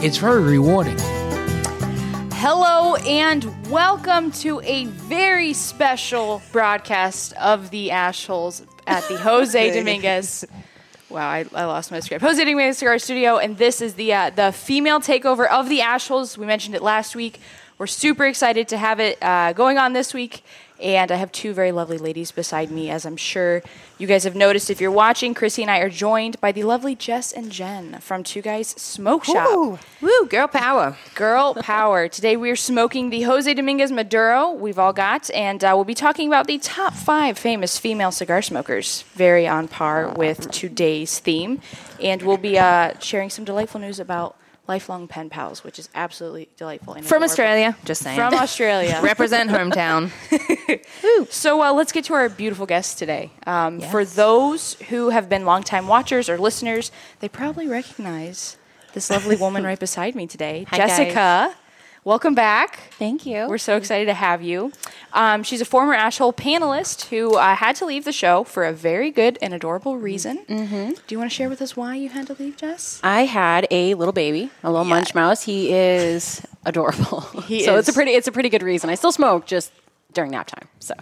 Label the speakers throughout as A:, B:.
A: It's very rewarding.
B: Hello and welcome to a very special broadcast of the Ashholes at the Jose Dominguez. Wow, I, I lost my script. Jose Dominguez Cigar Studio, and this is the uh, the female takeover of the Ashholes. We mentioned it last week. We're super excited to have it uh, going on this week, and I have two very lovely ladies beside me, as I'm sure you guys have noticed if you're watching. Chrissy and I are joined by the lovely Jess and Jen from Two Guys Smoke Shop.
C: Woo, girl power.
B: Girl power. Today we are smoking the Jose Dominguez Maduro we've all got, and uh, we'll be talking about the top five famous female cigar smokers. Very on
C: Oh.
B: par with today's theme, and we'll be uh, sharing some delightful news about lifelong pen pals, which is absolutely delightful. and
C: From
B: adorable.
C: Australia, just saying.
B: From Australia.
C: Represent hometown.
B: So uh, let's get to our beautiful guests today. Um, For those who have been longtime watchers or listeners, they probably recognize this lovely woman right beside me today,
C: Hi, guys.
B: Jessica. Welcome back.
C: Thank you.
B: We're so excited to have you. Um, she's a former Ashhole panelist who uh, had to leave the show for a very good and adorable reason. Mm-hmm. Do you want to share with us why you had to leave, Jess?
C: I had a little baby, a little munch mouse. He is adorable.
B: He
C: so it's a
B: is.
C: pretty it's a pretty good reason. I still smoke just during nap time. So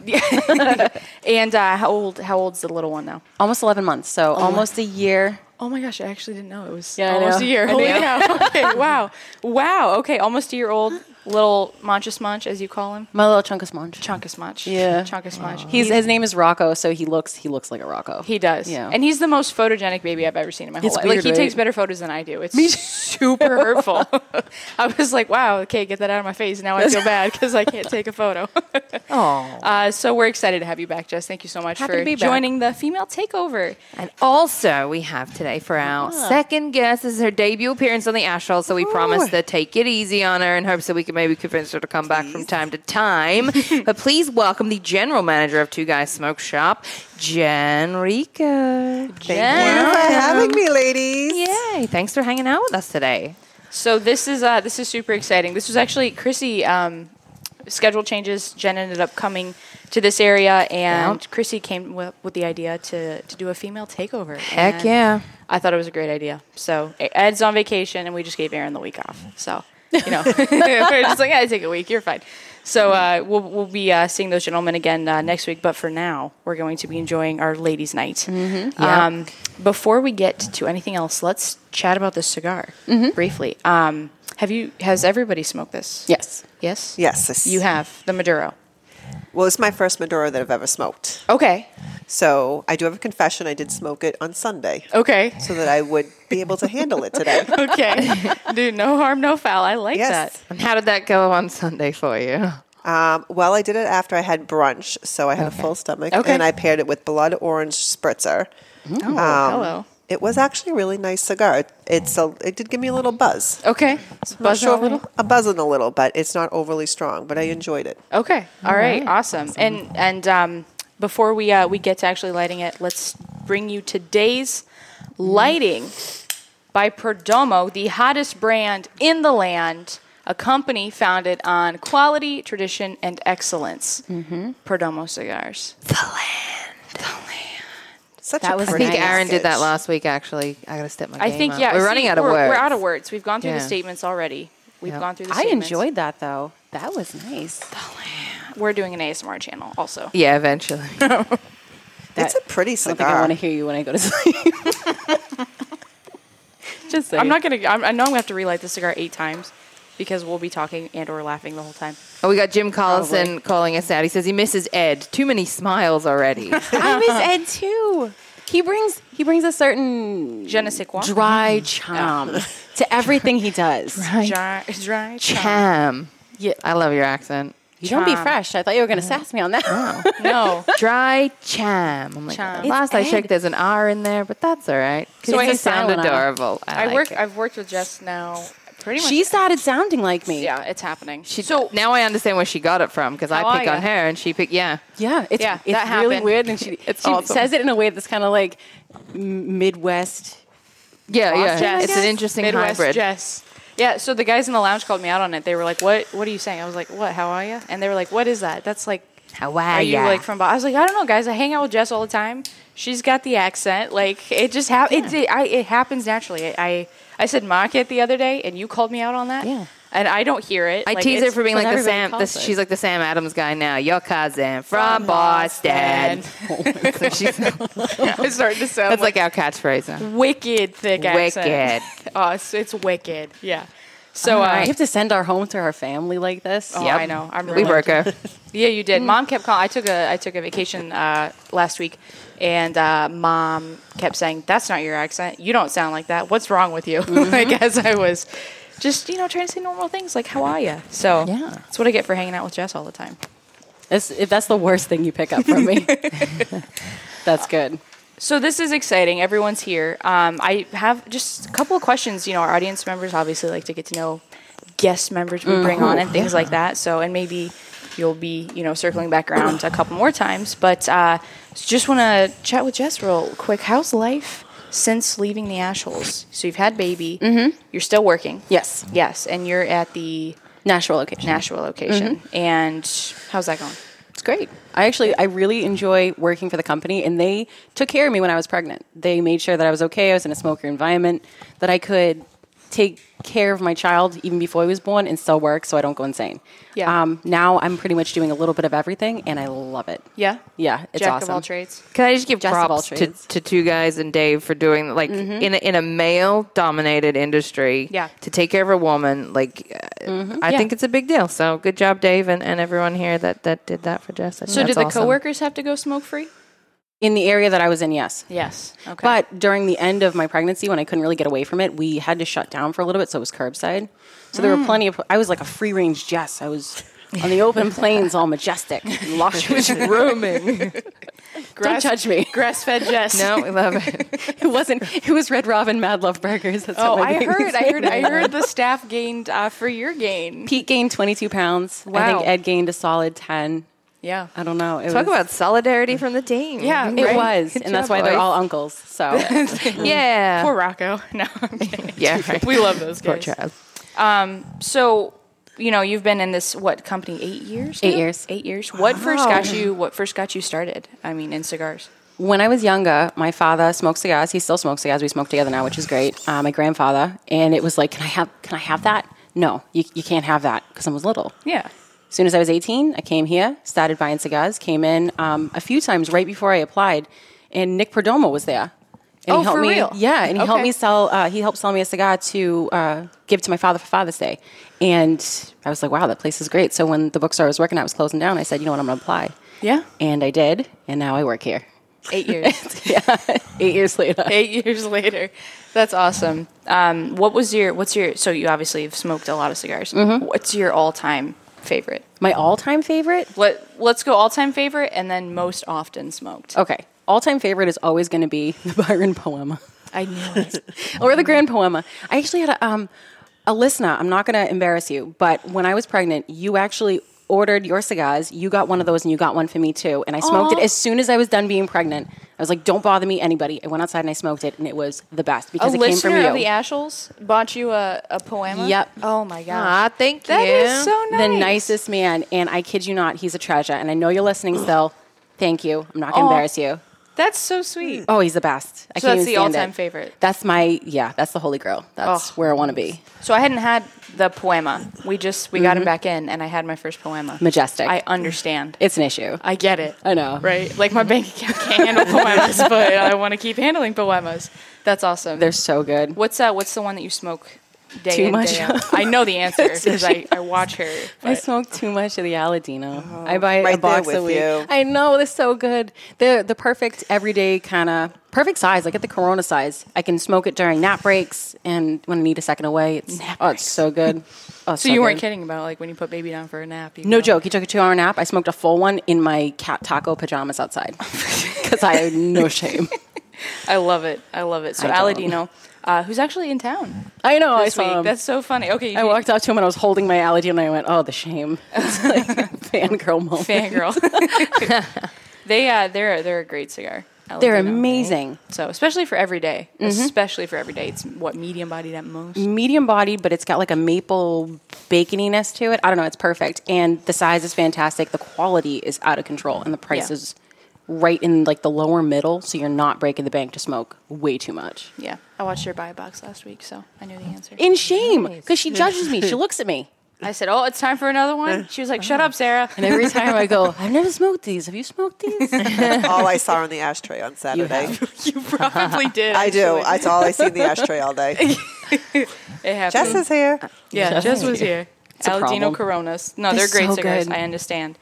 B: And uh, how old? How old's the little one now?
C: almost eleven months. So almost a year.
B: Oh my gosh, I actually didn't know it was
C: Yeah, I
B: almost
C: know.
B: a year.
C: I
B: Holy
C: know.
B: cow. Okay, wow. Wow. Okay, almost a year old little Monchus Munch, as you call him.
C: My little chunkus munch.
B: Chunkus Munch.
C: Yeah.
B: Chunkus Munch.
C: He's his name is Rocco, so he looks he looks like a Rocco.
B: He does.
C: Yeah.
B: And he's the most photogenic baby I've ever seen in my whole
C: It's
B: life. like
C: weird,
B: he
C: right?
B: takes better photos than I do. It's super hurtful. I was like, wow, okay, get that out of my face. Now I feel bad because I can't take a photo.
D: Oh,
B: uh, so we're excited to have you back, Jess. Thank you so much
C: Happy
B: for
C: to be back.
B: joining the female takeover.
D: and also we have today for our second guest this is her debut appearance on the Ashole, so we promised to take it easy on her in hopes that we could maybe convince her to come back from time to time. but please welcome the general manager of Two Guys Smoke Shop, Jen Rico.
B: Jen.
E: for having me, ladies.
D: Yay! Thanks for hanging out with us today.
B: So this is uh, this is super exciting. This was actually Chrissy. Um, schedule changes. Jen ended up coming to this area, and Chrissy came wi- with the idea to to do a female takeover.
D: Heck
B: And
D: yeah.
B: I thought it was a great idea. So Ed's on vacation, and we just gave Aaron the week off. So you know, we're just like, yeah, take a week. You're fine. So uh, we'll we'll be uh, seeing those gentlemen again uh, next week. But for now, we're going to be enjoying our ladies' night.
C: Mm-hmm.
D: Yeah.
B: Um, before we get to anything else, let's chat about this cigar briefly. Um, have you? Has everybody smoked this?
C: yes.
B: Yes.
E: Yes.
B: You have the Maduro. Oh.
F: Well, it's my first Maduro that I've ever smoked.
B: Okay.
F: So I do have a confession. I did smoke it on Sunday
B: Okay.
F: so that I would be able to handle it today.
B: Okay. Dude, no harm, no foul. I like
F: Yes.
B: that.
D: And how did that go on Sunday for you?
F: Um, well, I did it after I had brunch, so I had a full stomach,
B: Okay.
F: and I paired it with blood orange spritzer. Um,
B: Oh, hello.
F: It was actually a really nice cigar. It- It's a, it did give me a little buzz.
B: Okay.
F: I'm not
B: Buzzing
F: sure
B: a little.
F: if- A buzzing a little, but it's not overly strong. But I enjoyed it.
B: Okay. All right. Awesome. And and um, before we uh, we get to actually lighting it, let's bring you today's lighting by Perdomo, the hottest brand in the land, a company founded on quality, tradition, and excellence. Perdomo cigars.
F: Such
B: That
F: a
B: was
E: I
F: pretty
E: think Aaron did that
F: package.
E: last week, actually. I got to step my
B: I
E: game
B: think
E: up.
B: yeah.
E: We're
B: see,
E: running out of
B: we're,
E: words.
B: We're out of words. We've gone through the
E: Yeah.
B: statements already. We've gone through. the
C: I
B: statements.
C: enjoyed that though. That was nice.
B: We're doing an ASMR channel also.
E: Yeah, eventually.
F: It's a pretty
C: I don't think I
F: cigar.
C: want to hear you when I go to sleep. just saying.
B: I'm not gonna. I'm, I know I'm gonna have to relight the cigar eight times because we'll be talking and or laughing the whole time.
E: Oh, we got Jim Collison calling us out. He says he misses Ed. Too many smiles already.
C: I miss Ed too. He brings he brings a certain
B: Je ne sais quoi. Mm-hmm.
C: dry charm to everything he does.
B: Dry, dry charm.
E: Ham.
C: Yeah.
E: I love your accent.
C: You don't be
B: Charm.
C: fresh. I thought you were going to sass me on that.
B: No.
E: Dry cham. I'm like,
B: Cham. It's
E: Last I
C: Ed.
E: checked, there's an R in there, but that's all right.
C: So
E: So
C: I
E: it
C: hate
E: just sound
C: silent R.
E: adorable. I,
B: I
E: like
B: work.
E: it.
B: I've worked with Jess now Pretty much.
C: She started sounding like me.
B: yeah, it's happening.
D: She, so now I understand where she got it from because
B: How
D: I pick
B: are
D: on
B: ya?
D: her and she pick yeah.
C: Yeah, it's,
B: Yeah,
C: it's
B: that
C: really
B: happened.
C: weird, and she
D: It's
C: she
D: awesome.
C: says it in a way that's kind of like m- Midwest.
D: Yeah, yeah.
B: Jess.
D: It's an interesting
B: Midwest
D: hybrid.
B: Jess. Yeah, so the guys in the lounge called me out on it. They were like, "What? What are you saying?" I was like, "What? How are you?" And they were like, "What is that? That's like,
D: How are
B: are you
D: ya?
B: like from?" Bo-? I was like, "I don't know, guys. I hang out with Jess all the time. She's got the accent. Like, it just hap- it, it, I, it happens naturally. I, I, I said market the other day, and you called me out on that.
D: Yeah.
B: and I don't hear it.
D: I
B: Like,
D: tease her
B: it's
D: for being
B: what
D: like the
B: everybody
D: Sam. The,
B: calls it.
D: she's like the Sam Adams guy now. Your cousin from, Boston. she's,
B: I started to sound
D: that's
B: like,
D: like our catchphrase. now.
B: wicked thick accent.
D: Wicked.
B: oh, it's, it's wicked. Yeah. So
C: I
B: uh,
C: have to send our home to her family like this.
B: Oh,
D: Yep.
B: I know. I'm
D: we
B: really
D: broke her.
B: Yeah, you did. Mom kept calling. I took a I took a vacation uh, last week, and uh, mom kept saying, "That's not your accent. You don't sound like that. What's wrong with you?" like as I was just you know trying to say normal things like, "How are you?" So
D: Yeah.
B: that's what I get for hanging out with Jess all the time.
C: That's, if that's the worst thing you pick up from me, that's good.
B: So this is exciting. Everyone's here. Um, I have just a couple of questions. You know, our audience members obviously like to get to know guest members we bring on
C: Mm-hmm.
B: and things like that. So, and maybe you'll be, you know, circling back around a couple more times. But uh, just want to chat with Jess real quick. How's life since leaving the Ashholes? So you've had baby. Mm-hmm. You're still working.
C: Yes,
B: Yes, and you're at the
C: Nashville location.
B: Nashville location. And how's that going?
C: Mm-hmm. It's great. I actually, I really enjoy working for the company, and they took care of me when I was pregnant. They made sure that I was okay. I was in a smoker environment, that I could take care of my child even before he was born and still work, so I don't go insane.
B: Yeah.
C: Um, now I'm pretty much doing a little bit of everything, and I love it.
B: Yeah.
C: Yeah, it's
B: Jack
C: awesome.
B: of all trades.
D: Can I just give
C: of all
D: props to,
C: trades.
D: to two guys and Dave for doing like in a, in a male dominated industry?
B: Mm-hmm. Yeah.
D: to take care of a woman, like uh,
C: Mm-hmm.
D: I think it's a big deal. So good job, Dave, and, and everyone here that, that did that for Jess. I think
B: So,
D: that's
B: did the
D: awesome.
B: coworkers have to go smoke free?
C: In the area that I was in, yes.
B: Yes. Okay.
C: But during the end of my pregnancy, when I couldn't really get away from it, we had to shut down for a little bit, so it was curbside. So there
B: Mm.
C: were plenty of. I was like a free range Jess. I was on the open plains, all majestic, luxurious.
D: roaming?
C: Don't judge me.
B: grass fed Jess.
D: no, we love it.
C: It wasn't. It was Red Robin Mad Love Burgers. That's
B: Oh,
C: what my
B: I
C: baby
B: heard,
C: was
B: I heard,
C: named.
B: I heard the staff gained uh, for your gain.
C: Pete gained 22 pounds. I
B: Wow.
C: think Ed gained a solid 10.
B: Yeah.
C: I don't know. It
D: Talk
C: was,
D: about solidarity from the team.
B: Yeah,
C: It
B: right?
C: was,
D: Good
C: and that's
D: job,
C: why they're
D: boys.
C: all uncles. So
D: yeah,
B: Poor Rocco. No, I'm kidding.
D: yeah. Right.
B: We love those
D: Poor
B: guys.
D: child.
B: Um, So, you know, you've been in this what company eight years?
C: Eight
B: now?
C: years.
B: Eight years. What first got you? What first got you started? I mean, in cigars.
C: when I was younger, my father smoked cigars. He still smokes cigars. We smoke together now, which is great. Uh, my grandfather, and it was like, can I have? Can I have that? No, you, you can't have that because I was little.
B: Yeah.
C: As soon as I was 18, I came here, started buying cigars, came in um, a few times right before I applied, and Nick Perdomo was there. And
B: Oh,
C: he helped
B: for
C: me,
B: real?
C: Yeah, and he
B: Okay.
C: helped me sell. Uh, he helped sell me a cigar to uh, give to my father for Father's Day, and I was like, "Wow, that place is great." So when the bookstore I was working at was closing down, I said, "You know what? I'm going to apply."
B: Yeah.
C: and I did, and now I work here.
B: Eight years.
C: Eight years later,
B: eight years later. That's awesome. Um, what was your? What's your? So you obviously have smoked a lot of cigars. What's your all-time favorite?
C: my all-time favorite.
B: Let Let's go all-time favorite and then most often smoked.
C: Okay, all-time favorite is always going to be the Byron Poema.
B: I knew it.
C: or the grand poema. I actually had a, um, a listener. I'm not going to embarrass you, but when I was pregnant, you actually ordered your cigars. You got one of those, and you got one for me too. And I smoked it as soon as I was done being pregnant. I was like, "Don't bother me, anybody." I went outside and I smoked it, and it was the best
B: a
C: because it came from
B: listener
C: you.
B: of the Ashels bought you a, a poema.
C: Yep.
B: Oh my gosh.
D: Ah, thank
B: That
D: you.
B: is so nice.
C: the nicest man, and I kid you not, he's a treasure. And I know you're listening still. Thank you. I'm not going to embarrass you.
B: That's so sweet.
C: Oh, he's the best. I
B: So
C: can't even
B: that's the
C: stand
B: all-time
C: it.
B: favorite.
C: That's my yeah. That's the holy grail. That's
B: Oh.
C: where I want to be.
B: So I hadn't had the poema. We just we got him back in, and I had my first poema.
C: Mm-hmm. Majestic.
B: I understand.
C: It's an issue.
B: I get it.
C: I know.
B: Right? Like my bank account can't handle poemas, but I want to keep handling poemas. That's awesome.
C: They're so good.
B: what's uh, what's the one that you smoke day
C: Too
B: in
C: much
B: day out? I know the answer because I, I watch her.
C: I
B: but- Oh,
C: smoke too much of the Aladino. I buy
F: right
C: a box
F: there
C: a
F: with
C: week.
F: you.
C: I know they're so good. They're the perfect everyday kind of perfect size. I get the Corona size. I can smoke it during nap breaks and when I need a second away. It's oh, it's so good. Oh,
B: so you weren't
C: good.
B: kidding about like when you put baby down for a nap. You
C: No
B: know?
C: joke. He took a two-hour nap. I smoked a full one in my cat taco pajamas outside because I had no shame.
B: I love it. I love it. So
C: I don't.
B: Aladino, uh, who's actually in town.
C: I know. I
B: This
C: saw
B: week.
C: him.
B: That's so funny. Okay, you
C: I walked up to him and I was holding my allergy and I went, "Oh, the shame!" It's like a fangirl moment.
B: fangirl. they uh, they're they're a great cigar. I like
C: They're
B: them.
C: amazing, Mm-hmm.
B: So especially for every day. especially for every day, it's what medium bodied at most.
C: medium bodied, but it's got like a maple baconiness to it. I don't know. It's perfect, and the size is fantastic. The quality is out of control, and the price
B: Yeah.
C: is right in like the lower middle, so you're not breaking the bank to smoke way too much.
B: Yeah, I watched her buy a box last week, so I knew the answer.
C: In shame, because she judges me. She looks at me.
B: I said, "Oh, it's time for another one." She was like, "Shut up, Sarah."
C: And every time I go, I've never smoked these. Have you smoked these?
F: all I saw on the ashtray on Saturday.
B: you probably did.
F: I do.
B: actually.
F: That's all I see in the ashtray all day.
B: It happened.
F: Jess is here.
B: Yeah, Jess was here.
C: a
B: Aladino
C: problem.
B: Coronas. No,
C: They're
B: they're, great
C: so
B: cigars.
C: good.
B: I understand.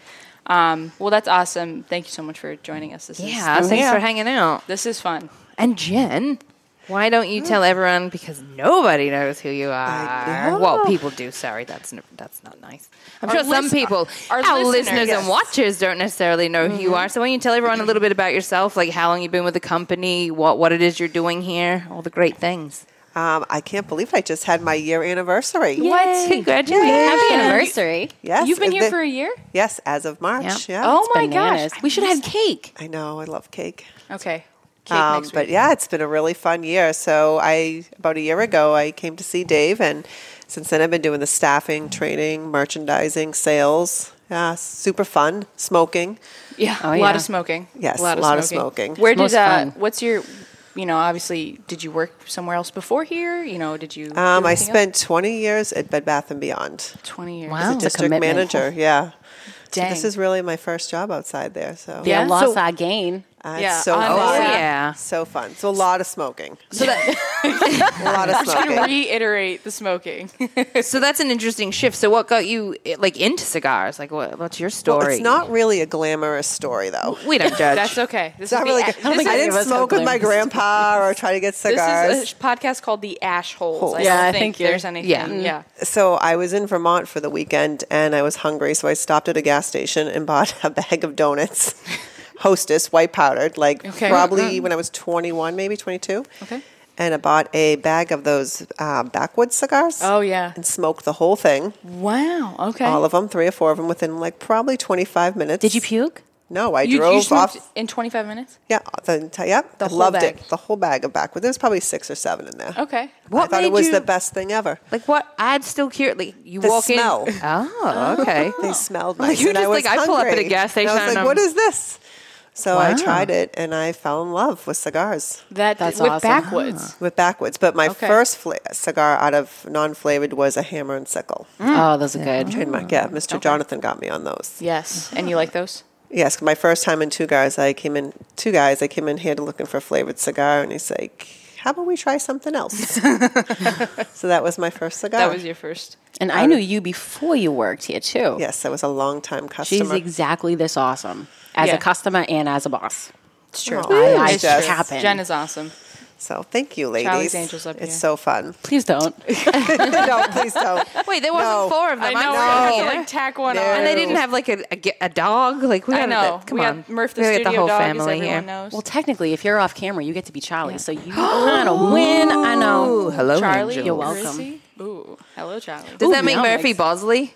B: Um, well, that's awesome. Thank you so much for joining us. This
D: Yeah,
B: is
D: thanks for hanging out.
B: this is fun.
D: And Jen, why don't you tell everyone because nobody knows who you are?
F: know.
D: Well, people do. Sorry, that's n- that's not nice. I'm
B: Our
D: sure some
B: listen-
D: people,
B: our
D: our,
B: listeners.
D: listeners,
B: Yes.
D: and watchers, don't necessarily know who
C: Mm-hmm.
D: you are. So, why don't you tell everyone a little bit about yourself, like how long you've been with the company, what what it is you're doing here, all the great things.
F: Um, I can't believe I just had my year anniversary.
D: What? Congratulations!
C: Happy anniversary.
F: Yes,
B: You've been
F: is
B: here
F: the-
B: for a year.
F: yes, as of March. Yeah.
B: oh my
C: bananas.
B: gosh,
D: We should have had cake.
F: I know. I love cake.
B: Okay, Cake
F: Um,
B: next
F: but
B: week.
F: yeah, it's been a really fun year. So I about a year ago I came to see Dave, and since then I've been doing the staffing, training, merchandising, sales. Yeah, super fun. Smoking.
B: yeah,
C: Oh,
B: a lot
C: yeah.
B: of smoking.
F: Yes,
B: a lot,
F: lot of
B: of, smoking.
F: smoking.
B: Where
C: Most
B: did uh,
C: fun.
B: what's your you know obviously did you work somewhere else before here? You know, did you? do
F: Um, I
B: anything else?
F: spent 20 years at Bed Bath and Beyond.
B: twenty years.
D: Wow. It's a
F: district
C: commitment.
F: manager. Yeah. So
B: Dang.
F: this is really my first job outside there. So
B: Yeah.
C: Yeah, loss
B: So-
C: I gain.
F: Uh, it's
B: Yeah,
F: so
B: honestly.
F: fun.
B: Oh,
D: yeah.
F: So fun. So a lot of smoking. So that a lot of
B: I'm gonna
F: smoking.
B: reiterate the smoking.
D: So that's an interesting shift. So, what got you eh, like into cigars? Like, what, what's your story?
F: Well, it's not really a glamorous story though.
D: We don't judge.
B: That's okay.
F: It's
B: This
F: not
B: is the
F: really.
B: a-
F: good.
B: this is-
F: I
C: any of
F: didn't
C: us have
F: smoke with my
C: glamorous
F: grandpa Uh, or try to get cigars.
B: This is a sh- podcast called The Ash Holes. I
C: Yeah,
B: don't
C: I
B: think
C: think you're-
B: there's anything. Mm-hmm.
D: Yeah.
B: yeah.
F: Mm-hmm. so I was in Vermont for the weekend and I was hungry, so I stopped at a gas station and bought a bag of donuts. Hostess, white powdered, like
B: Okay. Mm.
F: probably when I was 21, maybe 22.
B: Okay.
F: And I bought a bag of those uh, backwoods cigars.
B: Oh, yeah.
F: And smoked the whole thing,
B: Wow. Okay.
F: all of them, three or four of them, within like probably 25 minutes.
C: Did you puke?
F: No, I
B: you,
F: drove
B: you
F: off.
B: smoked in 25 minutes?
F: Yeah, the entire. Yep,
B: The
F: I
B: whole
F: loved
B: bag.
F: it. The whole bag of backwoods. There's probably six or seven in there.
B: Okay.
F: I thought it
D: made
F: was
D: you-
F: the best thing ever.
D: Like what? I'd still cure. Like you
F: The
D: walk
F: smell.
D: in. Oh, okay.
F: They smelled nice.
D: Like, you
F: and I
D: just,
F: was
D: like, I pull up at a
F: hungry.
D: gas
F: And I
D: station
F: was like,
D: and
F: what
D: I'm-
F: is this? So I tried it and I fell in love with cigars,
B: That,
C: That's
B: with
C: awesome.
B: backwoods.
F: with backwoods. But my
B: Okay.
F: first fla- cigar out of non flavored was a hammer and sickle.
D: Mm.
C: Oh, those are good.
F: Trademark. Yeah, Mr. Jonathan got me on those.
B: Yes. And you like those?
F: Yes, my first time in Two Guys, I came in, Two Guys, I came in here looking for a flavored cigar and he's like, how about we try something else? so that was my first cigar.
B: That was your first.
C: And I knew you before you worked here too.
F: Yes, I was a long time
C: She's
F: customer.
C: exactly this awesome as
B: Yeah.
C: a customer and as a boss.
F: It's true.
C: I, I
B: It's true.
C: happen.
B: Jen is awesome.
F: So thank you, ladies.
B: Charlie's Angels up
F: it's
B: here.
F: so fun.
C: Please don't.
F: no, please don't.
D: Wait, there wasn't
F: No.
D: four of them.
B: I know.
D: I'm
B: We're gonna have
D: sorry.
B: to, like tack one
F: No.
B: on.
D: and they didn't have like a a, ge- a dog. Like we
B: I
D: gotta-
B: know.
D: Come
B: we
D: on,
B: got Murph the
D: We gotta
B: studio
D: get the whole
B: dog,
D: family
B: as everyone
D: here.
B: knows.
C: Well, technically, if you're off camera, you get to be Charlie. So you kind of win. I know.
D: Hello,
B: Charlie,
D: Angel.
C: You're welcome.
B: Chrissy? Ooh, hello, Charlie.
D: Does that make
C: now
D: Murphy
C: makes-
D: Bosley?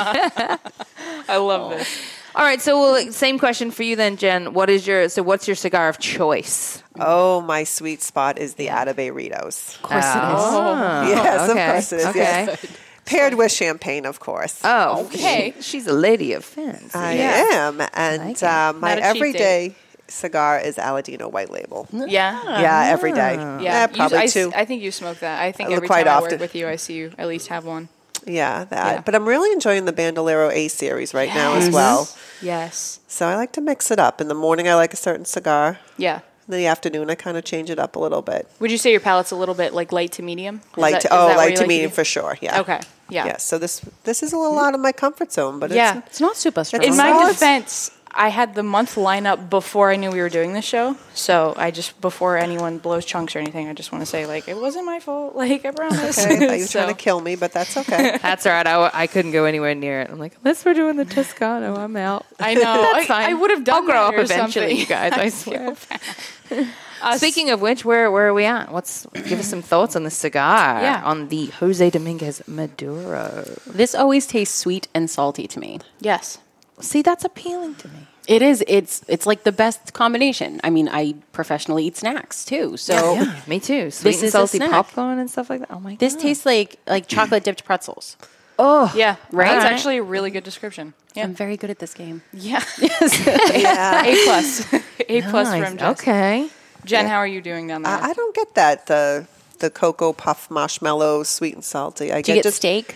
B: I love this.
D: All right. So, well, like, same question for you then, Jen. What is your? So, what's your cigar of choice?
F: Oh, my sweet spot is the Atabay Ritos.
C: Of course it
B: Oh.
C: is. Oh.
F: yes,
D: okay,
F: of course it is.
D: okay.
F: Yes. Paired with champagne, of course.
D: Oh,
B: Okay.
D: She's a lady of fancy.
F: I
B: yeah.
F: am. And uh, my
B: Not a cheap
F: everyday cigar is Aladino White Label.
D: Oh.
C: Mm.
B: Yeah.
F: Yeah, every day.
B: Yeah,
F: Eh,
B: you-
F: probably
B: I, s-
F: two.
B: I think you smoke that. I think
F: I look
B: every
F: quite
B: time I
F: often.
B: work with you, I see you at least have one.
F: yeah, that.
B: Yeah.
F: But I'm really enjoying the Bandolero A series right now as well.
B: Yes.
F: So I like to mix it up. In the morning, I like a certain cigar.
B: Yeah.
F: In the afternoon, I kind of change it up a little bit.
B: Would you say your palate's a little bit like light to medium? Is
F: Light
B: that-
F: to,
B: is that
F: oh,
B: where
F: light
B: you
F: to medium
B: do-
F: for sure. Yeah.
B: Okay. Yeah.
F: Yes. So this this is a little out of my comfort zone, but
B: Yeah.
F: it's,
C: It's not super strong.
B: In my
F: Well, it's-
B: defense, I had the month lineup before I knew we were doing this show. So I just before anyone blows chunks or anything, I just want to say like it wasn't my fault. Like I promise.
F: Okay, I thought you were
B: So-
F: trying to kill me, but that's okay.
D: That's all right. I, w- I couldn't go anywhere near it. I'm like, unless we're doing the Toscano, I'm out.
B: I know.
D: That's
B: I,
D: fine.
B: would have
D: I'll
B: done.
D: grow
B: that
D: up
B: or
D: eventually,
B: something.
D: you guys. I swear. Speaking of which, where where are we at? What's give us some thoughts on the cigar?
B: Yeah.
D: on the Jose Dominguez Maduro.
C: This always tastes sweet and salty to me.
B: Yes.
D: See, that's appealing to me.
C: It is. It's it's like the best combination. I mean, I professionally eat snacks too, so
D: yeah, me too. Sweet
C: is a
D: and salty
C: snack.
D: popcorn and stuff like that. Oh my
C: this
D: god,
C: tastes like like chocolate dipped pretzels.
B: Yeah.
C: Right?
B: That's
C: Right.
B: actually a really good description. Yeah.
C: I'm very good at this game.
B: Yeah.
F: Yeah.
B: A plus. A plus
D: Nice.
B: from Jess.
D: Okay,
B: Jen, how are you doing down there?
F: I, I don't get that the the cocoa puff marshmallow sweet and salty. I
C: Do you get
F: just
C: steak?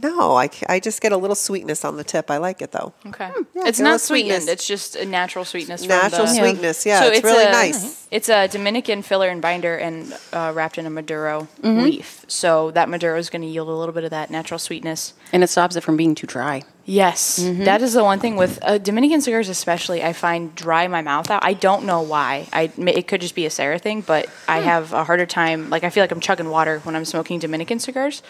F: no. I, c- I just get a little sweetness on the tip. I like it though.
B: okay.
F: yeah, get
B: it's
F: a
B: not
F: little sweetness.
B: sweetened. It's just a natural sweetness. from
F: Natural
B: the-
F: sweetness. Yeah,
B: So
F: it's, really
B: a,
F: nice.
B: It's a Dominican filler and binder and uh, wrapped in a Maduro
C: Mm-hmm.
B: leaf. So that Maduro is going to yield a little bit of that natural sweetness.
C: And it stops it from being too dry.
B: Yes,
C: Mm-hmm.
B: That is the one thing with uh, Dominican cigars, especially. I find dry my mouth out. I don't know why. I ma- it could just be a Sarah thing, but
C: Hmm.
B: I have a harder time. Like I feel like I'm chugging water when I'm smoking Dominican cigars,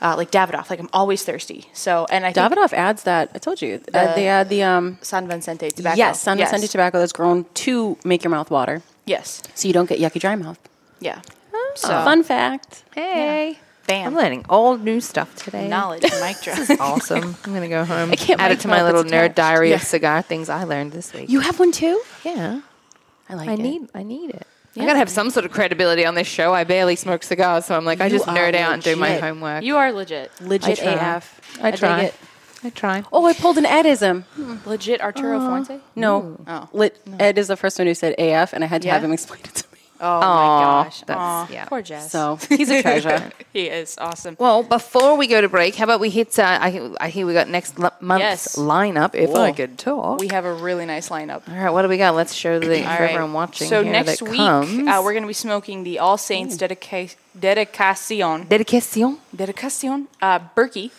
B: uh, like Davidoff. Like I'm always thirsty. So and I think
C: Davidoff adds that. I told you uh, they add the um.
B: San Vicente tobacco.
C: Yes, San Vicente tobacco that's grown to make your mouth water,
B: Yes,
C: so you don't get yucky dry mouth.
B: yeah.
D: Oh.
B: So
C: Fun fact.
D: hey,
B: bam.
D: I'm learning all new stuff today.
B: knowledge, mic drop.
D: awesome. I'm gonna go home. I
C: can't
D: add
C: wait
D: it to
C: till
D: my
C: it
D: little
C: gets
D: nerd
C: attached.
D: diary of
B: Yeah.
D: cigar things I learned this week.
C: You have one too?
D: yeah,
C: I like
D: I
C: it.
D: need I need it. I gotta have some sort of credibility on this show. I barely smoke cigars, so I'm like, I
C: You
D: just
C: are
D: nerd out and do my
C: legit.
D: homework.
B: you are legit.
C: legit
D: I try.
C: AF.
D: I
C: dig
D: try.
C: it.
D: I try.
C: Oh, I pulled an edism.
B: Legit Arturo Fuente.
C: No,
B: Oh.
C: Lit, Ed is the first one who said AF, and I had to have
B: Yeah?
C: him explain it to me.
B: Oh my gosh.
D: that's-
B: Aw,
D: yeah.
B: Poor Jess.
C: So he's a treasure.
B: he is awesome.
D: Well, before we go to break, how about we hit? Uh, I, I hear we got next l- month's
B: Yes.
D: lineup. If I
B: Whoa.
D: could talk.
B: We have a really nice lineup.
D: all right, what do we got? Let's show the for
B: All right.
D: everyone watching.
B: So
D: here
B: next
D: that
B: week,
D: comes. Hmm.
B: uh, we're going to be smoking the All Saints dedica- Dedicacion,
D: dedication.
B: Dedicacion, uh, Berkey,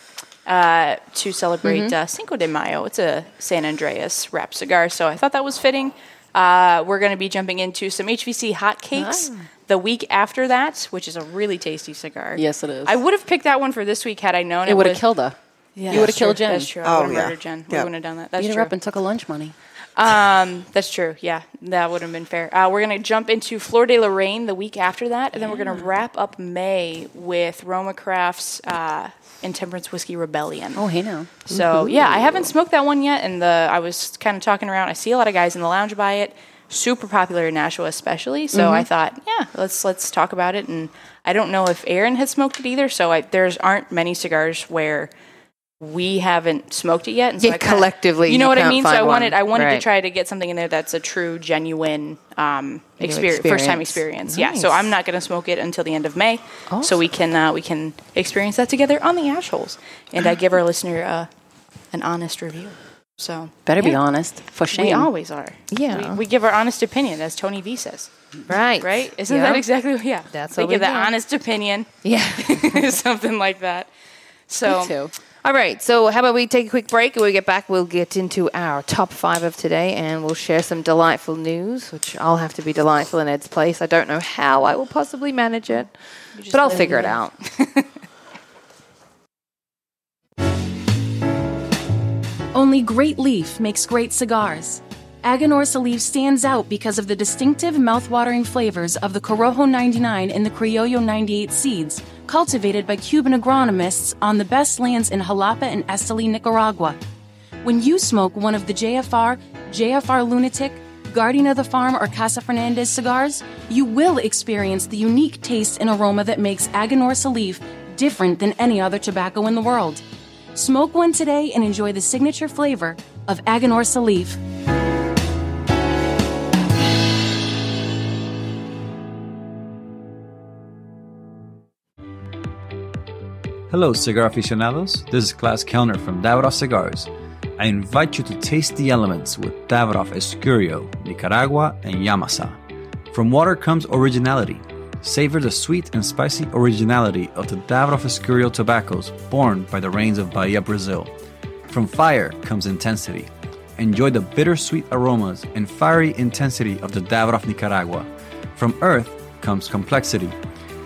B: uh, to celebrate
D: Mm-hmm.
B: uh, Cinco de Mayo. It's a San Andreas wrap cigar, so I thought that was fitting. Uh, we're going to be jumping into some HVC
D: Ah.
B: hotcakes the week after that, which is a really tasty cigar.
C: Yes, it is.
B: I would have picked that one for this week had I known it,
C: it would have
B: was-
C: killed her.
B: Yeah,
C: you would have
B: that's true.
C: killed Jen.
B: That's true. I
F: Oh,
B: would have
F: yeah.
B: murdered Jen. We
F: Yeah.
B: wouldn't have done that. That's
C: Beat her
B: true.
C: up and took her lunch money.
B: Um, that's true. Yeah, that would have been fair. Uh, we're gonna jump into Flor de Lorraine the week after that, and then we're gonna wrap up May with Roma Crafts uh, Intemperance Whiskey Rebellion.
C: Oh, hey now.
B: So yeah, I haven't smoked that one yet, and the I was kind of talking around. I see a lot of guys in the lounge buy it. Super popular in Nashua, especially. So
D: Mm-hmm.
B: I thought, yeah, let's let's talk about it. And I don't know if Aaron had smoked it either. So I, there's aren't many cigars where we haven't smoked it yet. And so
D: Yeah,
B: I kinda-
D: collectively,
B: you know
D: you
B: what I
D: can't
B: mean. So
D: find
B: I wanted
D: one.
B: I wanted to
D: Right.
B: try to get something in there that's a true, genuine um, experience, first time
D: experience.
B: experience. Yeah. So
D: Nice.
B: I'm not going to smoke it until the end of May, so we can uh, we can experience that together on the ash holes, and I give our listener uh, an honest review. So
C: Better be
B: yeah.
C: honest. For shame.
B: We always are.
D: Yeah.
B: We, we give our honest opinion, as Tony V says.
D: Right.
B: Right? Isn't
D: Yeah.
B: that exactly? Yeah.
D: That's
B: we
D: what we
B: give that
D: do.
B: honest opinion,
D: Yeah.
B: something like that. So
C: too.
D: All right, so how about we take a quick break and when we get back, we'll get into our top five of today and we'll share some delightful news, which I'll have to be delightful in Ed's place. I don't know how I will possibly manage it, but I'll figure it out.
G: Only Great Leaf makes great cigars. Aganorsa Leaf stands out because of the distinctive mouthwatering flavors of the Corojo 99 and the Criollo 98 seeds, cultivated by Cuban agronomists on the best lands in Jalapa and Esteli, Nicaragua. When you smoke one of the JFR, JFR Lunatic, Guardian of the Farm, or Casa Fernandez cigars, you will experience the unique taste and aroma that makes Aganorsa Leaf different than any other tobacco in the world. Smoke one today and enjoy the signature flavor of Aganorsa Leaf.
H: Hello, cigar aficionados. This is Klaus Kellner from Davidoff Cigars. I invite you to taste the elements with Davidoff Escurio, Nicaragua, and Yamasa. From water comes originality. Savor the sweet and spicy originality of the Davidoff Escurio tobaccos born by the rains of Bahia, Brazil. From fire comes intensity. Enjoy the bittersweet aromas and fiery intensity of the Davidoff Nicaragua. From earth comes complexity.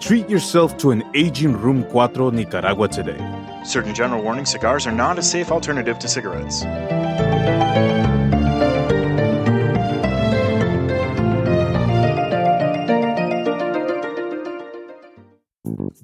I: Treat yourself to an Aging Room 4 Nicaragua today.
J: Certain general warning cigars are not a safe alternative to cigarettes.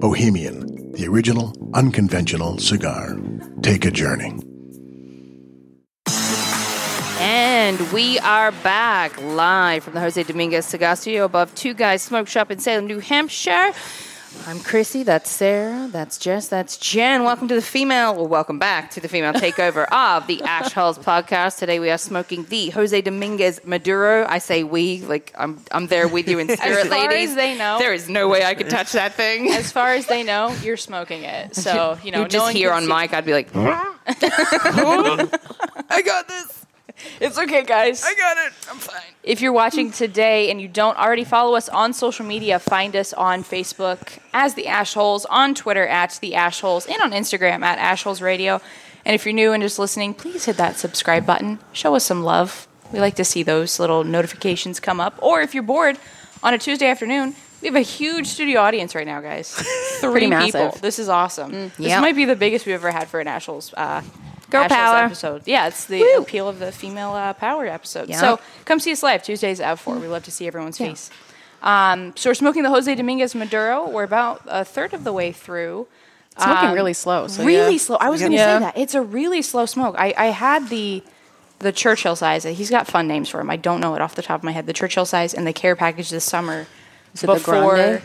K: Bohemian, the original unconventional cigar. Take a journey.
D: And we are back live from the Jose Dominguez Cigar Studio above Two Guys Smoke Shop in Salem, New Hampshire. I'm Chrissy, that's Sarah, that's Jess, that's Jen. Welcome to the female, well, welcome back to the female takeover of the Ash Hulls podcast. Today we are smoking the Jose Dominguez Maduro. I say we, like I'm, I'm there with you in spirit,
B: As far
D: ladies.
B: as they know.
D: There is no way I could touch that thing.
B: As far as they know, you're smoking it. So, you know,
D: You're
B: no
D: just
B: one
D: here
B: can
D: on
B: see-
D: mic, I'd be like, I got this.
B: It's okay, guys.
D: I got it. I'm fine.
B: If you're watching today and you don't already follow us on social media, find us on Facebook as The Ashholes, on Twitter at The Ashholes, and on Instagram at Ashholes Radio. And if you're new and just listening, please hit that subscribe button. Show us some love. We like to see those little notifications come up. Or if you're bored on a Tuesday afternoon, we have a huge studio audience right now, guys. Three people.
C: massive.
B: This is awesome. this
D: yep.
B: might be the biggest we've ever had for an Ashholes uh,
D: Mm, Girl
B: Ashley's
D: power.
B: episode. Yeah, it's the appeal of the female uh, power episode.
D: Yeah.
B: So come see us live Tuesdays at four. We love to see everyone's face. Um, so we're smoking the Jose Dominguez Maduro. We're about a third of the way through. Um,
C: It's smoking really slow. So
B: really
C: yeah.
B: slow. I was going to
C: Yeah.
B: say that it's a really slow smoke. I, I had the the Churchill size. He's got fun names for him. I don't know it off the top of my head. The Churchill size and the care package this summer.
C: Is it the Grande?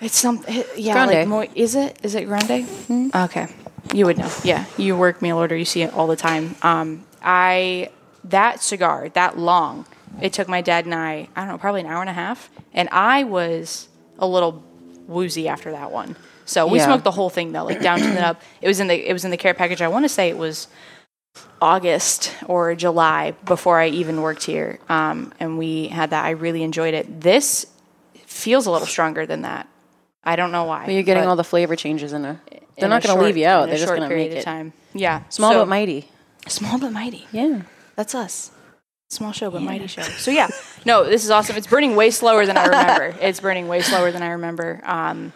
B: It's some it- yeah. Like
C: Grande.
B: mo- is it is it grande?
D: Hmm?
B: Ah, Okay, you would know. Yeah, you work mail order. You see it all the time. Um, I that cigar that long. It took my dad and I. I don't know, probably an hour and a half, and I was a little woozy after that one. So we
C: Yeah.
B: smoked the whole thing though, like down to the up. It was in the it was in the care package. I want to say it was August or July before I even worked here, um, and we had that. I really enjoyed it. This feels a little stronger than that. I don't know why.
C: Well, you're getting
B: but
C: all the flavor changes in a. They're
B: in
C: not going
B: a
C: to
B: short-
C: leave you
B: in
C: out.
B: a
C: They're just
B: short
C: going to
B: period
C: make
B: of
C: it
B: time. Yeah,
C: small
B: so-
C: but mighty.
B: Small but mighty.
C: Yeah.
B: That's us. Small show but mighty show. So yeah, no, this is awesome. It's burning way slower than I remember. it's burning way slower than I remember. Um,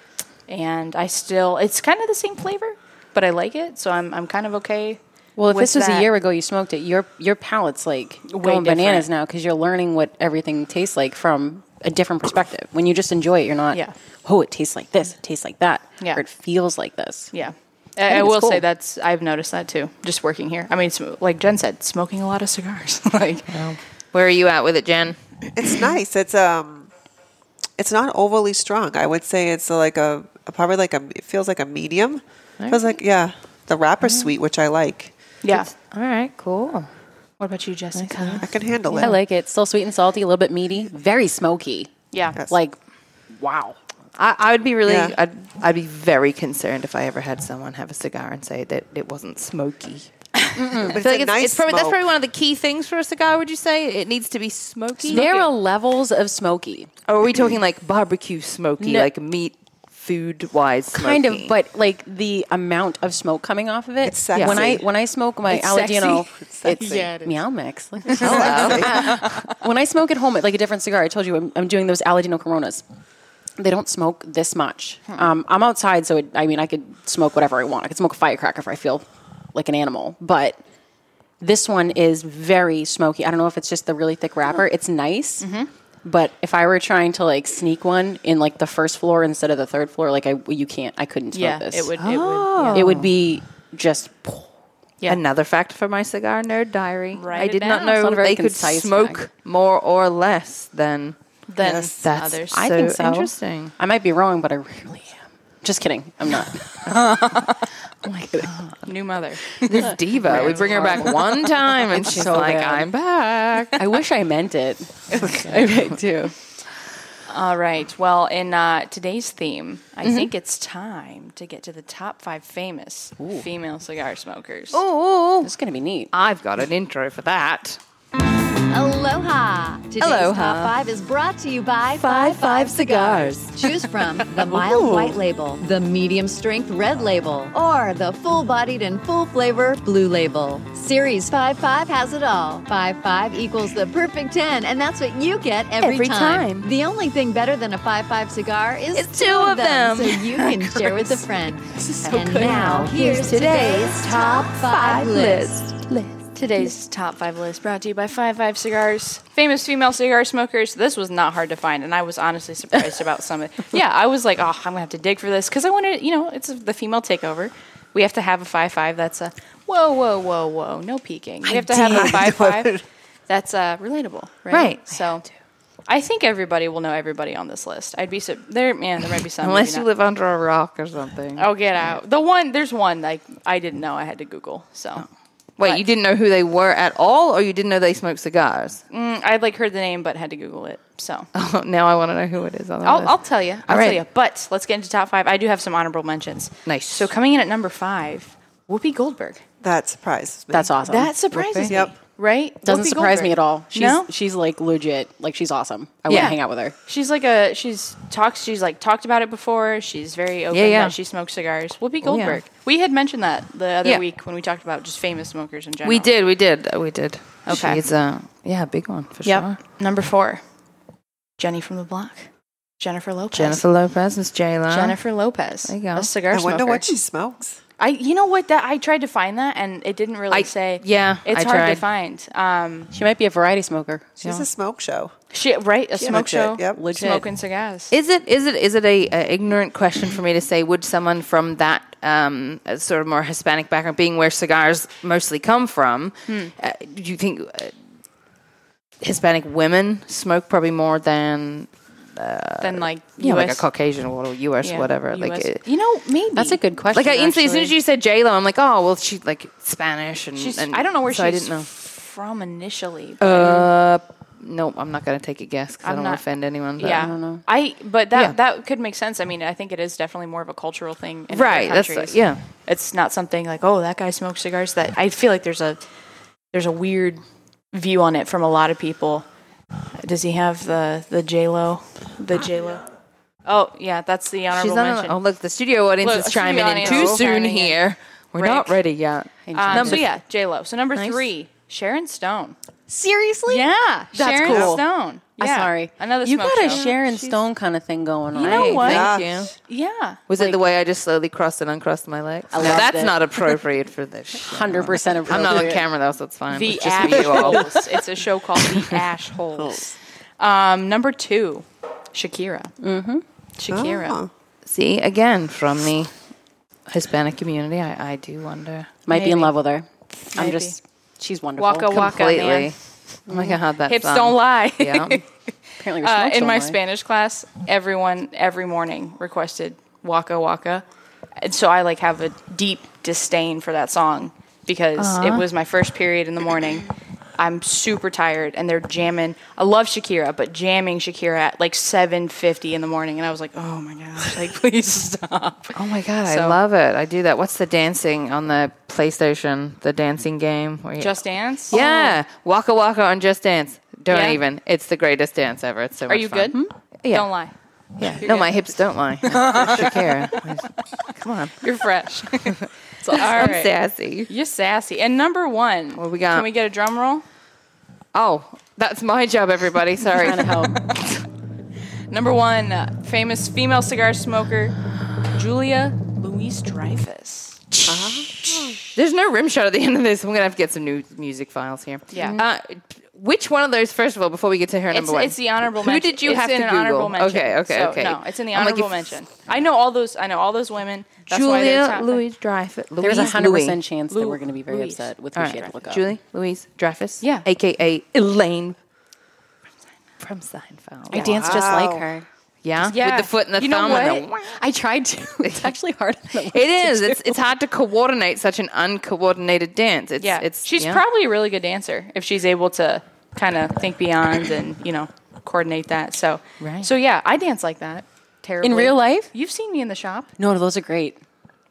B: and I still, it's kind of the same flavor. but I like it, so I'm I'm kind of okay.
C: Well, if
B: with
C: this was
B: that.
C: a year ago you smoked it, your your palate's like
B: Way
C: going bananas
B: different.
C: now because you're learning what everything tastes like from a different perspective. When you just enjoy it, you're not,
B: Yeah.
C: oh, it tastes like this, it tastes like that,
B: Yeah.
C: or it feels like this. I
B: Yeah.
C: think
B: I, I
C: it's
B: will
C: cool.
B: say that's I've noticed that too. Just working here. I mean, sm- like Jen said, smoking a lot of cigars. like,
D: Where are you at with it, Jen?
F: It's nice. It's um, it's not overly strong. I would say it's like a, probably like a it feels like a medium. Feels like yeah, the wrapper sweet, which I like.
B: yeah.
D: All right, cool.
B: What about you, Jessica?
F: I can handle
C: I
F: it.
C: like it. Still sweet and salty, a little bit meaty, very smoky.
B: Yeah.
C: Like, wow.
D: I, I would be really,
F: Yeah.
D: I'd, I'd be very concerned if I ever had someone have a cigar and say that it wasn't smoky. I
F: but it's
D: feel
F: a
D: like it's,
F: nice
D: it's probably, that's
F: smoke.
D: probably one of the key things for a cigar. Would you say it needs to be smoky?
C: There are levels of smoky,
D: Or Oh, are we talking like barbecue smoky,
C: No.
D: like meat food wise?
C: kind of, but like the amount of smoke coming off of it.
F: It's sexy.
C: When I when I smoke my
B: It's
C: Aladino,
B: sexy.
C: it's,
B: Yeah, it is.
C: meow mix. Look at that. when I smoke at home at like a different cigar, I told you I'm, I'm doing those Aladino Coronas. They don't smoke this much. Um, I'm outside, so it, I mean, I could smoke whatever I want. I could smoke a firecracker if I feel like an animal, but this one is very smoky. I don't know if it's just the really thick wrapper.
B: Oh.
C: It's nice,
B: Mm-hmm.
C: but if I were trying to like sneak one in like the first floor instead of the third floor, like I you can't. I couldn't smoke
B: yeah,
C: this.
B: it would. It would yeah.
C: It would be just.
B: Yeah.
D: Another fact for my cigar nerd diary.
B: Write
D: I
B: it
D: did
B: down.
D: not
C: It's
D: know
C: not a very
D: they could
C: concise
D: smoke
C: fact.
D: more or less than
B: Then
D: that's
B: others.
D: I
C: I think so.
D: interesting.
C: I might be wrong, but I really am. Just kidding. I'm not.
B: Oh New mother.
D: This diva, we bring her back one time and she's like, "I'm back."
C: I wish I meant it. I meant to.
B: All right. Well, in uh, today's theme, I
D: Mm-hmm.
B: think it's time to get to the top five famous female cigar smokers.
C: Oh, it's gonna be neat.
D: I've got an intro for that.
E: Aloha! Today's
D: Aloha.
E: top five is brought to you by
L: Five Five
E: Choose from the mild white label, the medium strength red label, or the full bodied and full flavor blue label. Series 5 5 has it all. 5 5 equals the perfect 10, and that's what you get every,
D: Every time.
E: The only thing better than a 5 5 cigar is
D: It's two of them.
E: so you can share with a friend. and
D: good.
E: now, here's today's top five list.
B: Today's top five list brought to you by Five Five Cigars, famous female cigar smokers. This was not hard to find, and I was honestly surprised about some of it. Yeah, I was like, oh, I'm gonna have to dig for this because I wanted, you know, it's the female takeover. We have to have a Five Five. That's a whoa, whoa, whoa, whoa, no peeking. We have to have a Five Five. That's uh, relatable, right?
D: Right.
B: So. I think everybody will know everybody on this list. I'd be su- there, man. There might be some.
D: Unless
B: maybe
D: you
B: not.
D: live under a rock or something.
B: Oh, get out! The one there's one like I didn't know. I had to Google. So
D: Wait, you didn't know who they were at all, or you didn't know they smoked cigars?
B: Mm, I'd like heard the name, but had to Google it. So
D: Oh, now I want to know who it is. On the
B: I'll,
D: list.
B: I'll tell you. I'll
D: right.
B: tell you. But let's get into top five. I do have some honorable mentions.
D: Nice.
B: So coming in at number five, Whoopi Goldberg.
F: that surprises me.
C: That's awesome.
B: That surprises me.
F: Yep.
B: Right?
C: doesn't
B: Whoopi
C: surprise me
B: Goldberg.
C: at all. She's
B: no?
C: she's like legit. Like she's awesome. I
B: Yeah.
C: wouldn't hang out with her.
B: She's like a she's talks. She's like talked about it before. She's very open
D: Yeah, yeah.
B: that she smokes cigars. Whoopi Goldberg. We had mentioned that the other
D: Yeah.
B: week when we talked about just famous smokers in general.
D: We did, we did, we did.
B: Okay.
D: She's uh, yeah, a big one for
B: Yep.
D: sure.
B: Number four, Jenny from the Block, Jennifer Lopez.
D: Jennifer Lopez, Miss Jayla.
B: Jennifer Lopez.
D: There you go.
B: A cigar
F: I wonder
B: smoker.
F: what she smokes.
B: I you know what that I tried to find that and it didn't really
D: I-
B: say.
D: yeah,
B: it's
D: I
B: hard to
D: tried.
B: find. Um,
C: She might be a variety smoker.
F: She's a smoke show.
B: she right a smoke
F: Legit,
B: show.
F: yep.
C: Legit.
B: Smoking cigars.
D: Is it is it is it a, a ignorant question for me to say? Would someone from that um, uh, sort of more Hispanic background, being where cigars mostly come from,
C: Hmm.
B: Hmm.
D: uh, do you think uh, Hispanic women smoke probably more than uh,
B: then like
D: you know, like a
B: US
D: Caucasian or U.S.
B: yeah,
D: whatever?
B: US
D: Like it,
B: you know maybe
C: That's a good question.
D: like I instantly, as soon as
C: actually.
D: you said J Lo, I'm like, oh well, she like Spanish and,
B: She's
D: and
B: I don't know where
D: so
B: she's
D: I didn't know.
B: from initially. But
D: Uh, nope, I'm not gonna take a guess because I
B: I'm
D: don't want
B: not-
D: to offend anyone. But
B: yeah, I but that
D: Yeah.
B: that could make sense. I mean, I think it is definitely more of a cultural thing. In other
D: Right, that's-
B: countries.
D: yeah.
B: It's not something like oh that guy smokes cigars. That I feel like there's a there's a weird view on it from a lot of people. Does he have the the J Lo the J Lo? Oh yeah, that's the honorable
D: She's on.
B: mention.
D: A, oh, look, the studio audience
B: Look,
D: is chiming
B: studio
D: in
B: audience
D: too
B: is
D: soon
B: chiming in.
D: here. We're
B: Rick.
D: not ready yet.
B: Um, so yeah, J Lo. So number three, Sharon Stone.
C: Seriously?
B: Yeah,
C: That's
B: Sharon
C: cool.
B: Stone.
C: I'm
B: Yeah.
C: sorry.
B: Another
C: You
B: smoke
C: got a
B: show.
C: Sharon Stone kind of thing going on.
B: You know what?
D: Thank you.
B: Yeah.
D: Was it the way I just slowly crossed and uncrossed my legs?
C: I
D: no,
C: loved
D: that's
C: it.
D: not appropriate for this. show.
C: 100% appropriate.
D: I'm not on camera though, so it's fine.
B: The
D: it's just me, you all.
B: Ashholes. it's a show called The Ash Holes. Um, number two, Shakira. Mm-hmm. Shakira.
C: Ah.
D: See again from the Hispanic community. I, I do wonder.
C: Might be in love with her. I'm
B: Maybe.
C: just, she's wonderful.
B: Waka waka,
D: completely.
B: man.
D: Oh my god, that
B: Hips
D: song.
B: don't lie.
D: Yeah.
C: Apparently, your
B: Uh,
C: smoke's
B: in my
C: online.
B: Spanish class, everyone every morning requested Waka Waka. And so I like have a deep disdain for that song because it
D: Uh-huh.
B: was my first period in the morning. I'm super tired and they're jamming. I love Shakira, but jamming Shakira at like 7:50 in the morning and I was like, "Oh my gosh, like please stop."
D: Oh my god, I
B: So-
D: love it. I do that. What's the dancing on the PlayStation? The dancing game? Where you-
B: Just Dance? Oh.
D: yeah, Waka Waka on Just Dance. Don't
B: Yeah.
D: even. It's the greatest dance ever. It's so much
B: Are you
D: fun. Hmm?
B: good?
D: Yeah.
B: Don't lie.
D: Yeah.
B: You're
D: No,
B: good.
D: my hips don't lie. Shakira. Come on.
B: You're fresh.
D: All I'm
B: right.
D: sassy.
B: You're sassy. And number 1.
D: What we got?
B: Can we get a drum roll?
D: Oh, that's my job, everybody. Sorry.
C: Trying to help.
B: Number one, uh, famous female cigar smoker, Julia Louise Dreyfus.
D: Ah. There's no rim shot at the end of this. I'm gonna have to get some new music files here.
B: Yeah.
D: Uh, which one of those? First of all, before we get to her
B: It's,
D: number one,
B: it's the honorable
D: Who
B: mention.
D: did you
B: it's
D: have
B: in
D: to
B: an
D: Google?
B: honorable mention.
D: Okay, okay,
B: so,
D: okay.
B: No, it's in the
D: I'm like,
B: honorable
D: if-
B: mention. I know all those. I know all those women. That's why they're
D: Julia
B: top.
D: Louise Dreyfus.
C: There's a
D: Louise
C: 100%
D: Louis.
C: chance that we're going to be very
B: Louise.
C: upset with who
D: All
C: she had
D: right.
C: to look up.
D: Julie Louise Dreyfus.
B: Yeah.
D: AKA Elaine from Seinfeld.
C: I danced just like her.
D: Yeah.
B: Yeah.
D: With the foot and the
B: You know
D: thumb. and the-
B: what?
C: I tried to. It's actually hard.
D: It is. It's it's hard to coordinate such an uncoordinated dance. It's
B: Yeah,
D: it's
B: she's
D: yeah.
B: probably a really good dancer if she's able to kind of think beyond and you know coordinate that. So,
D: Right.
B: so yeah, I dance like that. Terribly.
C: In real life?
B: you've seen me in the shop.
C: No, those are great.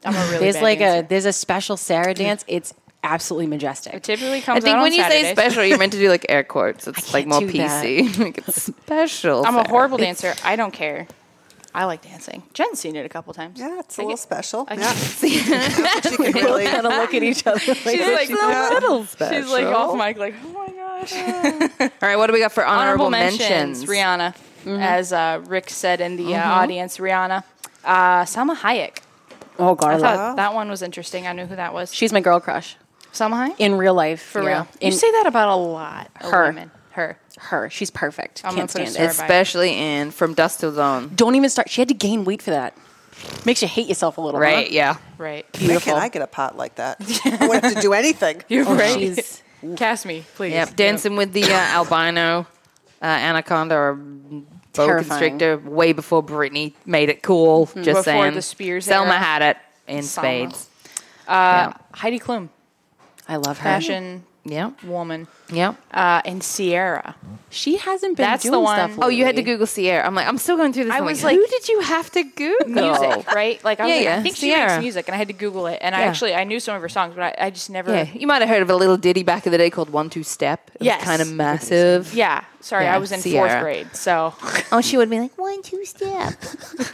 B: I'm a really
C: There's
B: bad
C: like
B: dancer.
C: a there's a special Sarah dance. It's absolutely majestic.
B: typically
D: I
B: comes.
D: think
B: out
D: when
B: on
D: you say
B: Saturdays.
D: special, you're meant to do like air quotes. It's like
C: can't
D: more
C: do that.
D: PC. like it's special.
B: I'm a
D: Sarah.
B: horrible dancer. I don't care. I like dancing. Jen's seen it a couple times.
F: Yeah, it's a
B: I
F: little
B: get-
F: special.
B: I
F: yeah.
B: get-
F: She can really-
C: kind of look at each other. Like,
B: She's like,
F: Yeah.
B: she's like off mic, like, oh my gosh.
D: All right, what do we got for honorable,
B: Honorable
D: mentions? Mm-hmm.
B: mentions, Rihanna, as uh, Rick said in the uh, audience, Rihanna, uh, Salma Hayek.
C: oh god, I
B: I
C: love.
B: thought that one was interesting. I knew who that was.
C: She's my girl crush
B: Salma Hayek
C: in real life.
B: for
C: yeah.
B: real.
C: In
B: you say that about a lot. Of
C: Her.
B: women. her.
C: her, she's perfect.
B: I'm
C: Can't
B: gonna put a
C: stand
B: star
C: it.
B: by-
D: Especially in From Dust Till Dawn.
C: Don't even start. She had to gain weight for that. Makes you hate yourself a little,
D: Right,
C: Huh?
D: yeah.
B: Right.
F: Why can't I get a pot like that? I wouldn't have to do anything.
C: Oh, she's-
B: Cast me, please.
D: Yep. Dancing with the uh, albino uh, anaconda or boa
C: Terrifying.
D: constrictor way before Britney made it cool. Just
B: Mm-hmm. Before
D: saying.
B: the Spears
D: Selma
B: era.
D: had it in
B: Selma.
D: spades.
B: Uh, Heidi Klum,
C: I love her.
B: fashion
D: Yeah.
B: woman,
D: Yeah.
B: uh, and Sierra.
C: She hasn't been
B: That's the
C: doing
B: one-
C: stuff.
D: Oh, you had to
C: lately.
D: Google Sierra. I'm like, I'm still going through this.
B: I
D: I'm
B: was
D: who
B: like-
D: did you have to Google?
B: music, right? Like I, was
D: Yeah,
B: like,
D: yeah.
B: I think she
D: Sierra.
B: makes music, and I had to Google it. And I
D: Yeah.
B: actually I knew some of her songs, but I, I just never.
D: Yeah,
B: Yeah,
D: you might have heard of a little ditty back in the day called One Two Step. It
B: Yes.
D: was kind of massive.
B: sorry,
D: Yeah,
B: I was in
D: Sierra.
B: fourth grade, so
D: Oh, she would be like One Two Step.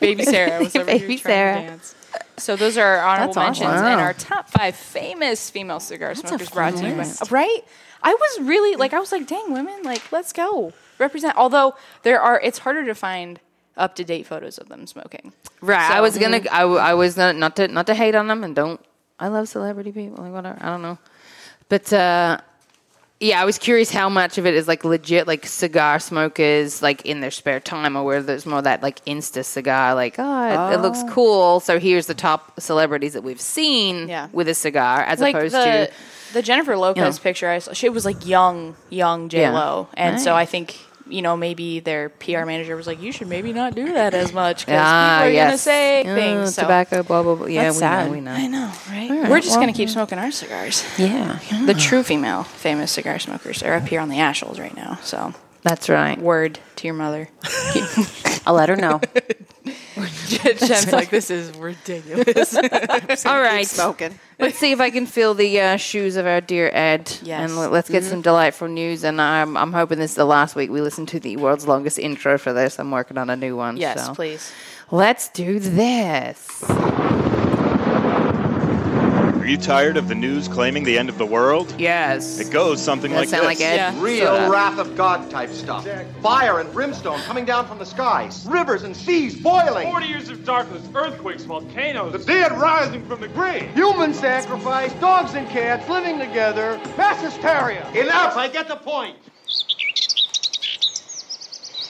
B: baby Sarah was over
D: Baby
B: here trying
D: Sarah.
B: to dance. So those are our honorable
C: That's awesome.
B: mentions and
D: Wow.
B: our top five famous female cigar
C: That's a
B: smokers
C: fun
B: brought to you by
C: list.
B: right. I was really like I was like, dang women, like let's go represent. Although there are, it's harder to find up to date photos of them smoking. mm-hmm.
D: Right. I was gonna. I, w- I was gonna not to not to hate on them and don't. I love celebrity people. Like whatever. I don't know. But uh, yeah, I was curious how much of it is like legit, like cigar smokers, like in their spare time, or where there's more that like insta cigar, like oh, it, it looks cool. So here's the top celebrities that we've seen
B: Yeah.
D: with a cigar, as
B: like
D: opposed
B: the,
D: to
B: the Jennifer Lopez picture I saw, she was like young, young J Lo, and so I think you know maybe their PR manager was like, you should maybe not do that as much because
D: ah
B: people are gonna
D: yes,
B: say
D: Yeah,
B: things. So
D: tobacco, blah blah blah. Yeah,
C: That's
D: we
C: sad.
D: know, we know.
B: I know, right? We're just gonna keep smoking our cigars.
C: Yeah.
B: The true female famous cigar smokers are up here on the Ashholes right now. So
D: That's right.
B: word to your mother.
C: I'll let her know.
B: Jen's like, this is ridiculous.
D: All right.
F: Smoking.
D: Let's see if I can fill the uh, shoes of our dear Ed.
B: Yes. Mm-hmm.
D: And let- let's get some delightful news. And I'm, I'm hoping this is the last week we listen to the world's longest intro for this. I'm working on a new one.
B: yes,
D: so.
B: please.
D: Let's do this.
J: Are you tired of the news claiming the end of the world?
D: Yes.
J: It goes something
D: Does
J: like
D: that sound
J: this.
D: like Ed? Yeah.
M: Real
D: Sort of.
M: wrath of God type stuff. Fire and brimstone coming down from the skies. Rivers and seas boiling.
N: 40 years of darkness, earthquakes, volcanoes.
M: The dead rising
N: from the grave.
M: Human sacrifice, dogs and cats living together, mass hysteria. Enough, I get the point.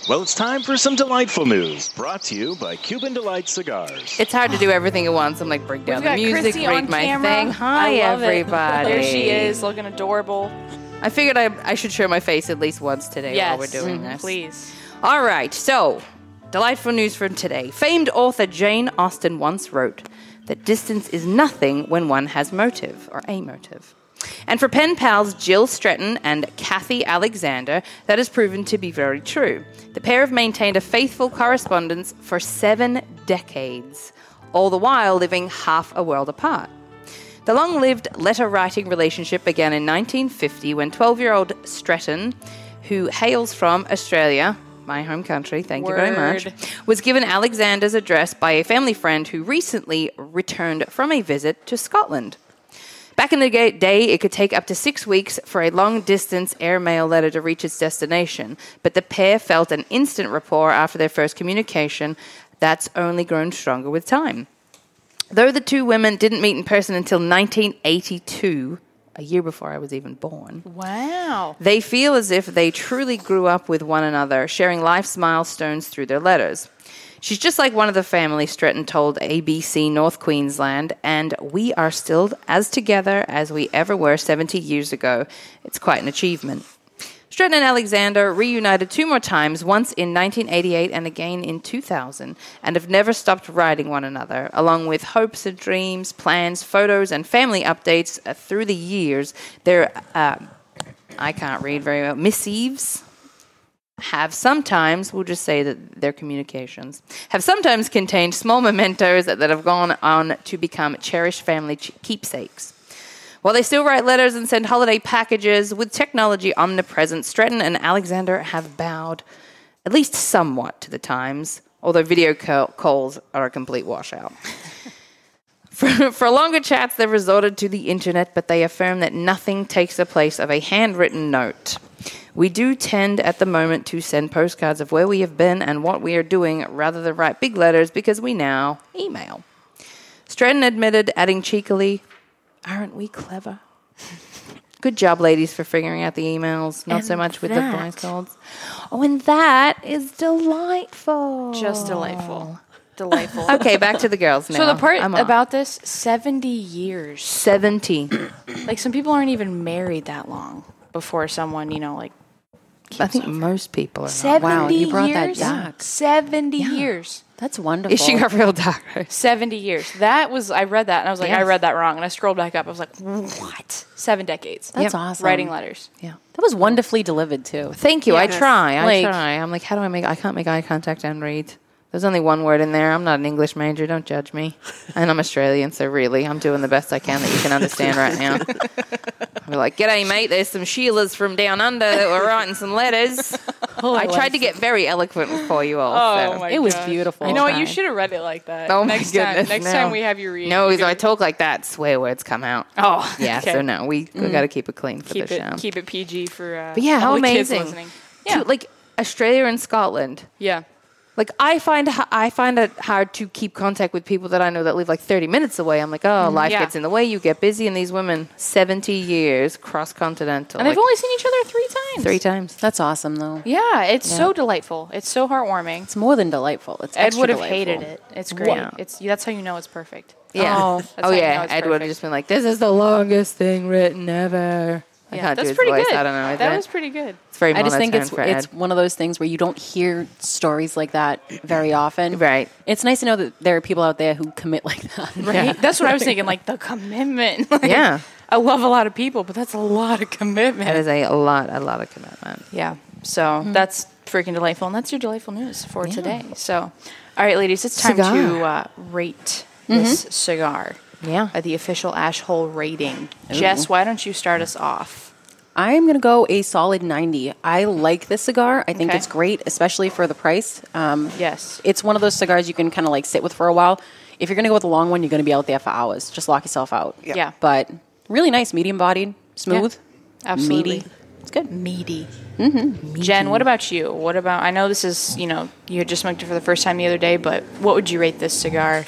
J: Well, it's time for some delightful news brought to you by Cuban Delight Cigars.
D: It's hard to do everything at once. I'm like, break down
B: We've
D: the
B: got
D: music,
B: Chrissy
D: read
B: on
D: my
B: camera.
D: thing. Hi,
B: I love it.
D: everybody.
B: There she is, looking adorable.
D: I figured I, I should show my face at least once today while
B: yes,
D: we're doing
B: Mhm.
D: this.
B: please.
D: All right, so delightful news from today. Famed author Jane Austen once wrote that distance is nothing when one has motive or a motive. And for pen pals Jill Stretton and Kathy Alexander, that has proven to be very true. The pair have maintained a faithful correspondence for seven decades, all the while living half a world apart. The long lived letter writing relationship began in 1950 when 12 year old Stretton, who hails from Australia, my home country, thank you very
B: Word.
D: much, was given Alexander's address by a family friend who recently returned from a visit to Scotland. Back in the ga- day, it could take up to six weeks for a long distance airmail letter to reach its destination, but the pair felt an instant rapport after their first communication that's only grown stronger with time. Though the two women didn't meet in person until 1982, a year before I was even born,
B: Wow.
D: they feel as if they truly grew up with one another, sharing life's milestones through their letters. She's just like one of the family, Stretton told ABC North Queensland, and we are still as together as we ever were 70 years ago. It's quite an achievement. Stratton and Alexander reunited two more times, once in 1988 and again in 2000, and have never stopped writing one another, along with hopes and dreams, plans, photos, and family updates uh, through the years. Their, uh, I can't read very well, missives have sometimes, we'll just say that their communications, have sometimes contained small mementos that, that have gone on to become cherished family ch- keepsakes. While they still write letters and send holiday packages, with technology omnipresent, Stratton and Alexander have bowed at least somewhat to the times, although video ca- calls are a complete washout. For, for longer chats, they've resorted to the internet, but they affirm that nothing takes the place of a handwritten note. We do tend at the moment to send postcards of where we have been and what we are doing rather than write big letters because we now email. Stratton admitted, adding cheekily, Aren't we clever? Good job, ladies, for figuring out the emails, not so
E: And
D: much with the
E: that-
D: blindfolds. Oh, and that is delightful.
B: Just delightful. Oh. Delightful.
D: Okay, back to the girls now.
B: So the part
D: I'm off.
B: about this, 70 years.
D: 70.
B: Like some people aren't even married that long before someone, you know, like
D: I think most people are. not.
B: 70
D: Wow, you brought
B: years?
D: that back.
B: 70 years.
C: That's wonderful.
D: She got real dark.
B: 70 years. That was, I read that and I was like, I
C: Yes.
B: read that wrong. And I scrolled back up. I was like, what? Seven decades.
C: That's Yep. awesome.
B: Writing letters.
D: Yeah.
C: That was wonderfully delivered too.
D: Thank you. I
C: Yes.
D: try. I
C: Like-
D: try. I'm like, how do I make? I can't make eye contact and read. There's only one word in there. I'm not an English major. Don't judge me. And I'm Australian, so really, I'm doing the best I can that you can understand right now. I'm like, g'day, mate. There's some Sheilas from down under that were writing some letters. I tried to get very eloquent for you all.
B: Oh,
D: so.
B: my gosh.
D: I
B: You know what? You
D: tried.
B: should have read it like that.
D: Oh
B: next
D: my goodness!
B: Time, next
D: no.
B: time we have you read.
D: No,
B: you
D: because
B: can
D: I talk like that, swear words come out.
B: Oh,
D: yeah.
B: okay.
D: So no, we we
B: Mm.
D: got to keep it clean for
B: keep
D: the
B: it
D: show.
B: keep it PG for. Uh,
D: but yeah, how
B: all the kids
D: amazing!
B: listening.
D: To, like Australia and Scotland.
B: Yeah.
D: Like I find h- I find it hard to keep contact with people that I know that live like 30 minutes away. I'm like, oh,
B: Mhm.
D: life
B: Yeah.
D: gets in the way. You get busy, and these women 70 years cross continental.
B: And they've only seen each other three times.
D: three times.
C: That's awesome though.
B: Yeah, it's
C: Yeah.
B: so delightful. It's so heartwarming.
C: It's more than delightful. It's
B: Ed
C: extra
B: would have
C: delightful.
B: hated it. It's great.
C: Yeah.
B: It's that's how you know it's perfect.
D: Yeah.
B: Oh,
D: Oh,
B: that's how you know
D: yeah.
B: it's
D: Ed would have just been like, this is the longest thing written ever. I
B: Yeah,
D: can't
B: that's
D: do his
B: pretty
D: voice.
B: good.
D: I don't know. is
B: That
D: it?
B: was pretty good.
D: It's very
C: I just think
D: monotone
C: it's
D: for
C: it's
D: Ed.
C: one of those things where you don't hear stories like that very often.
D: Right.
C: It's nice to know that there are people out there who commit like that.
B: Right? That's what I was thinking. Like the commitment. Like,
D: Yeah.
B: I love a lot of people, but that's a lot of commitment.
D: That is a lot, a lot of commitment.
B: Yeah. So that's freaking delightful. And that's your delightful news for
D: Yeah.
B: today. So, all right, ladies, it's time
D: Cigar.
B: to uh, rate this cigar.
D: Yeah.
B: Uh, the official ash hole rating. Jess,
C: Ooh.
B: why don't you start us off?
C: I'm going to go a solid 90. I like this cigar. I think
B: Okay.
C: it's great, especially for the price. Um,
B: yes.
C: It's one of those cigars you can kind of like sit with for a while. If you're going to go with a long one, you're going to be out there for hours. Just lock yourself out.
B: Yeah. Yeah.
C: But really nice, medium bodied, smooth,
B: Absolutely.
C: meaty. It's good.
B: Meaty.
C: Mm-hmm.
B: Jen, what about you? What about? I know this is you know you had just smoked it for the first time the other day, but what would you rate this cigar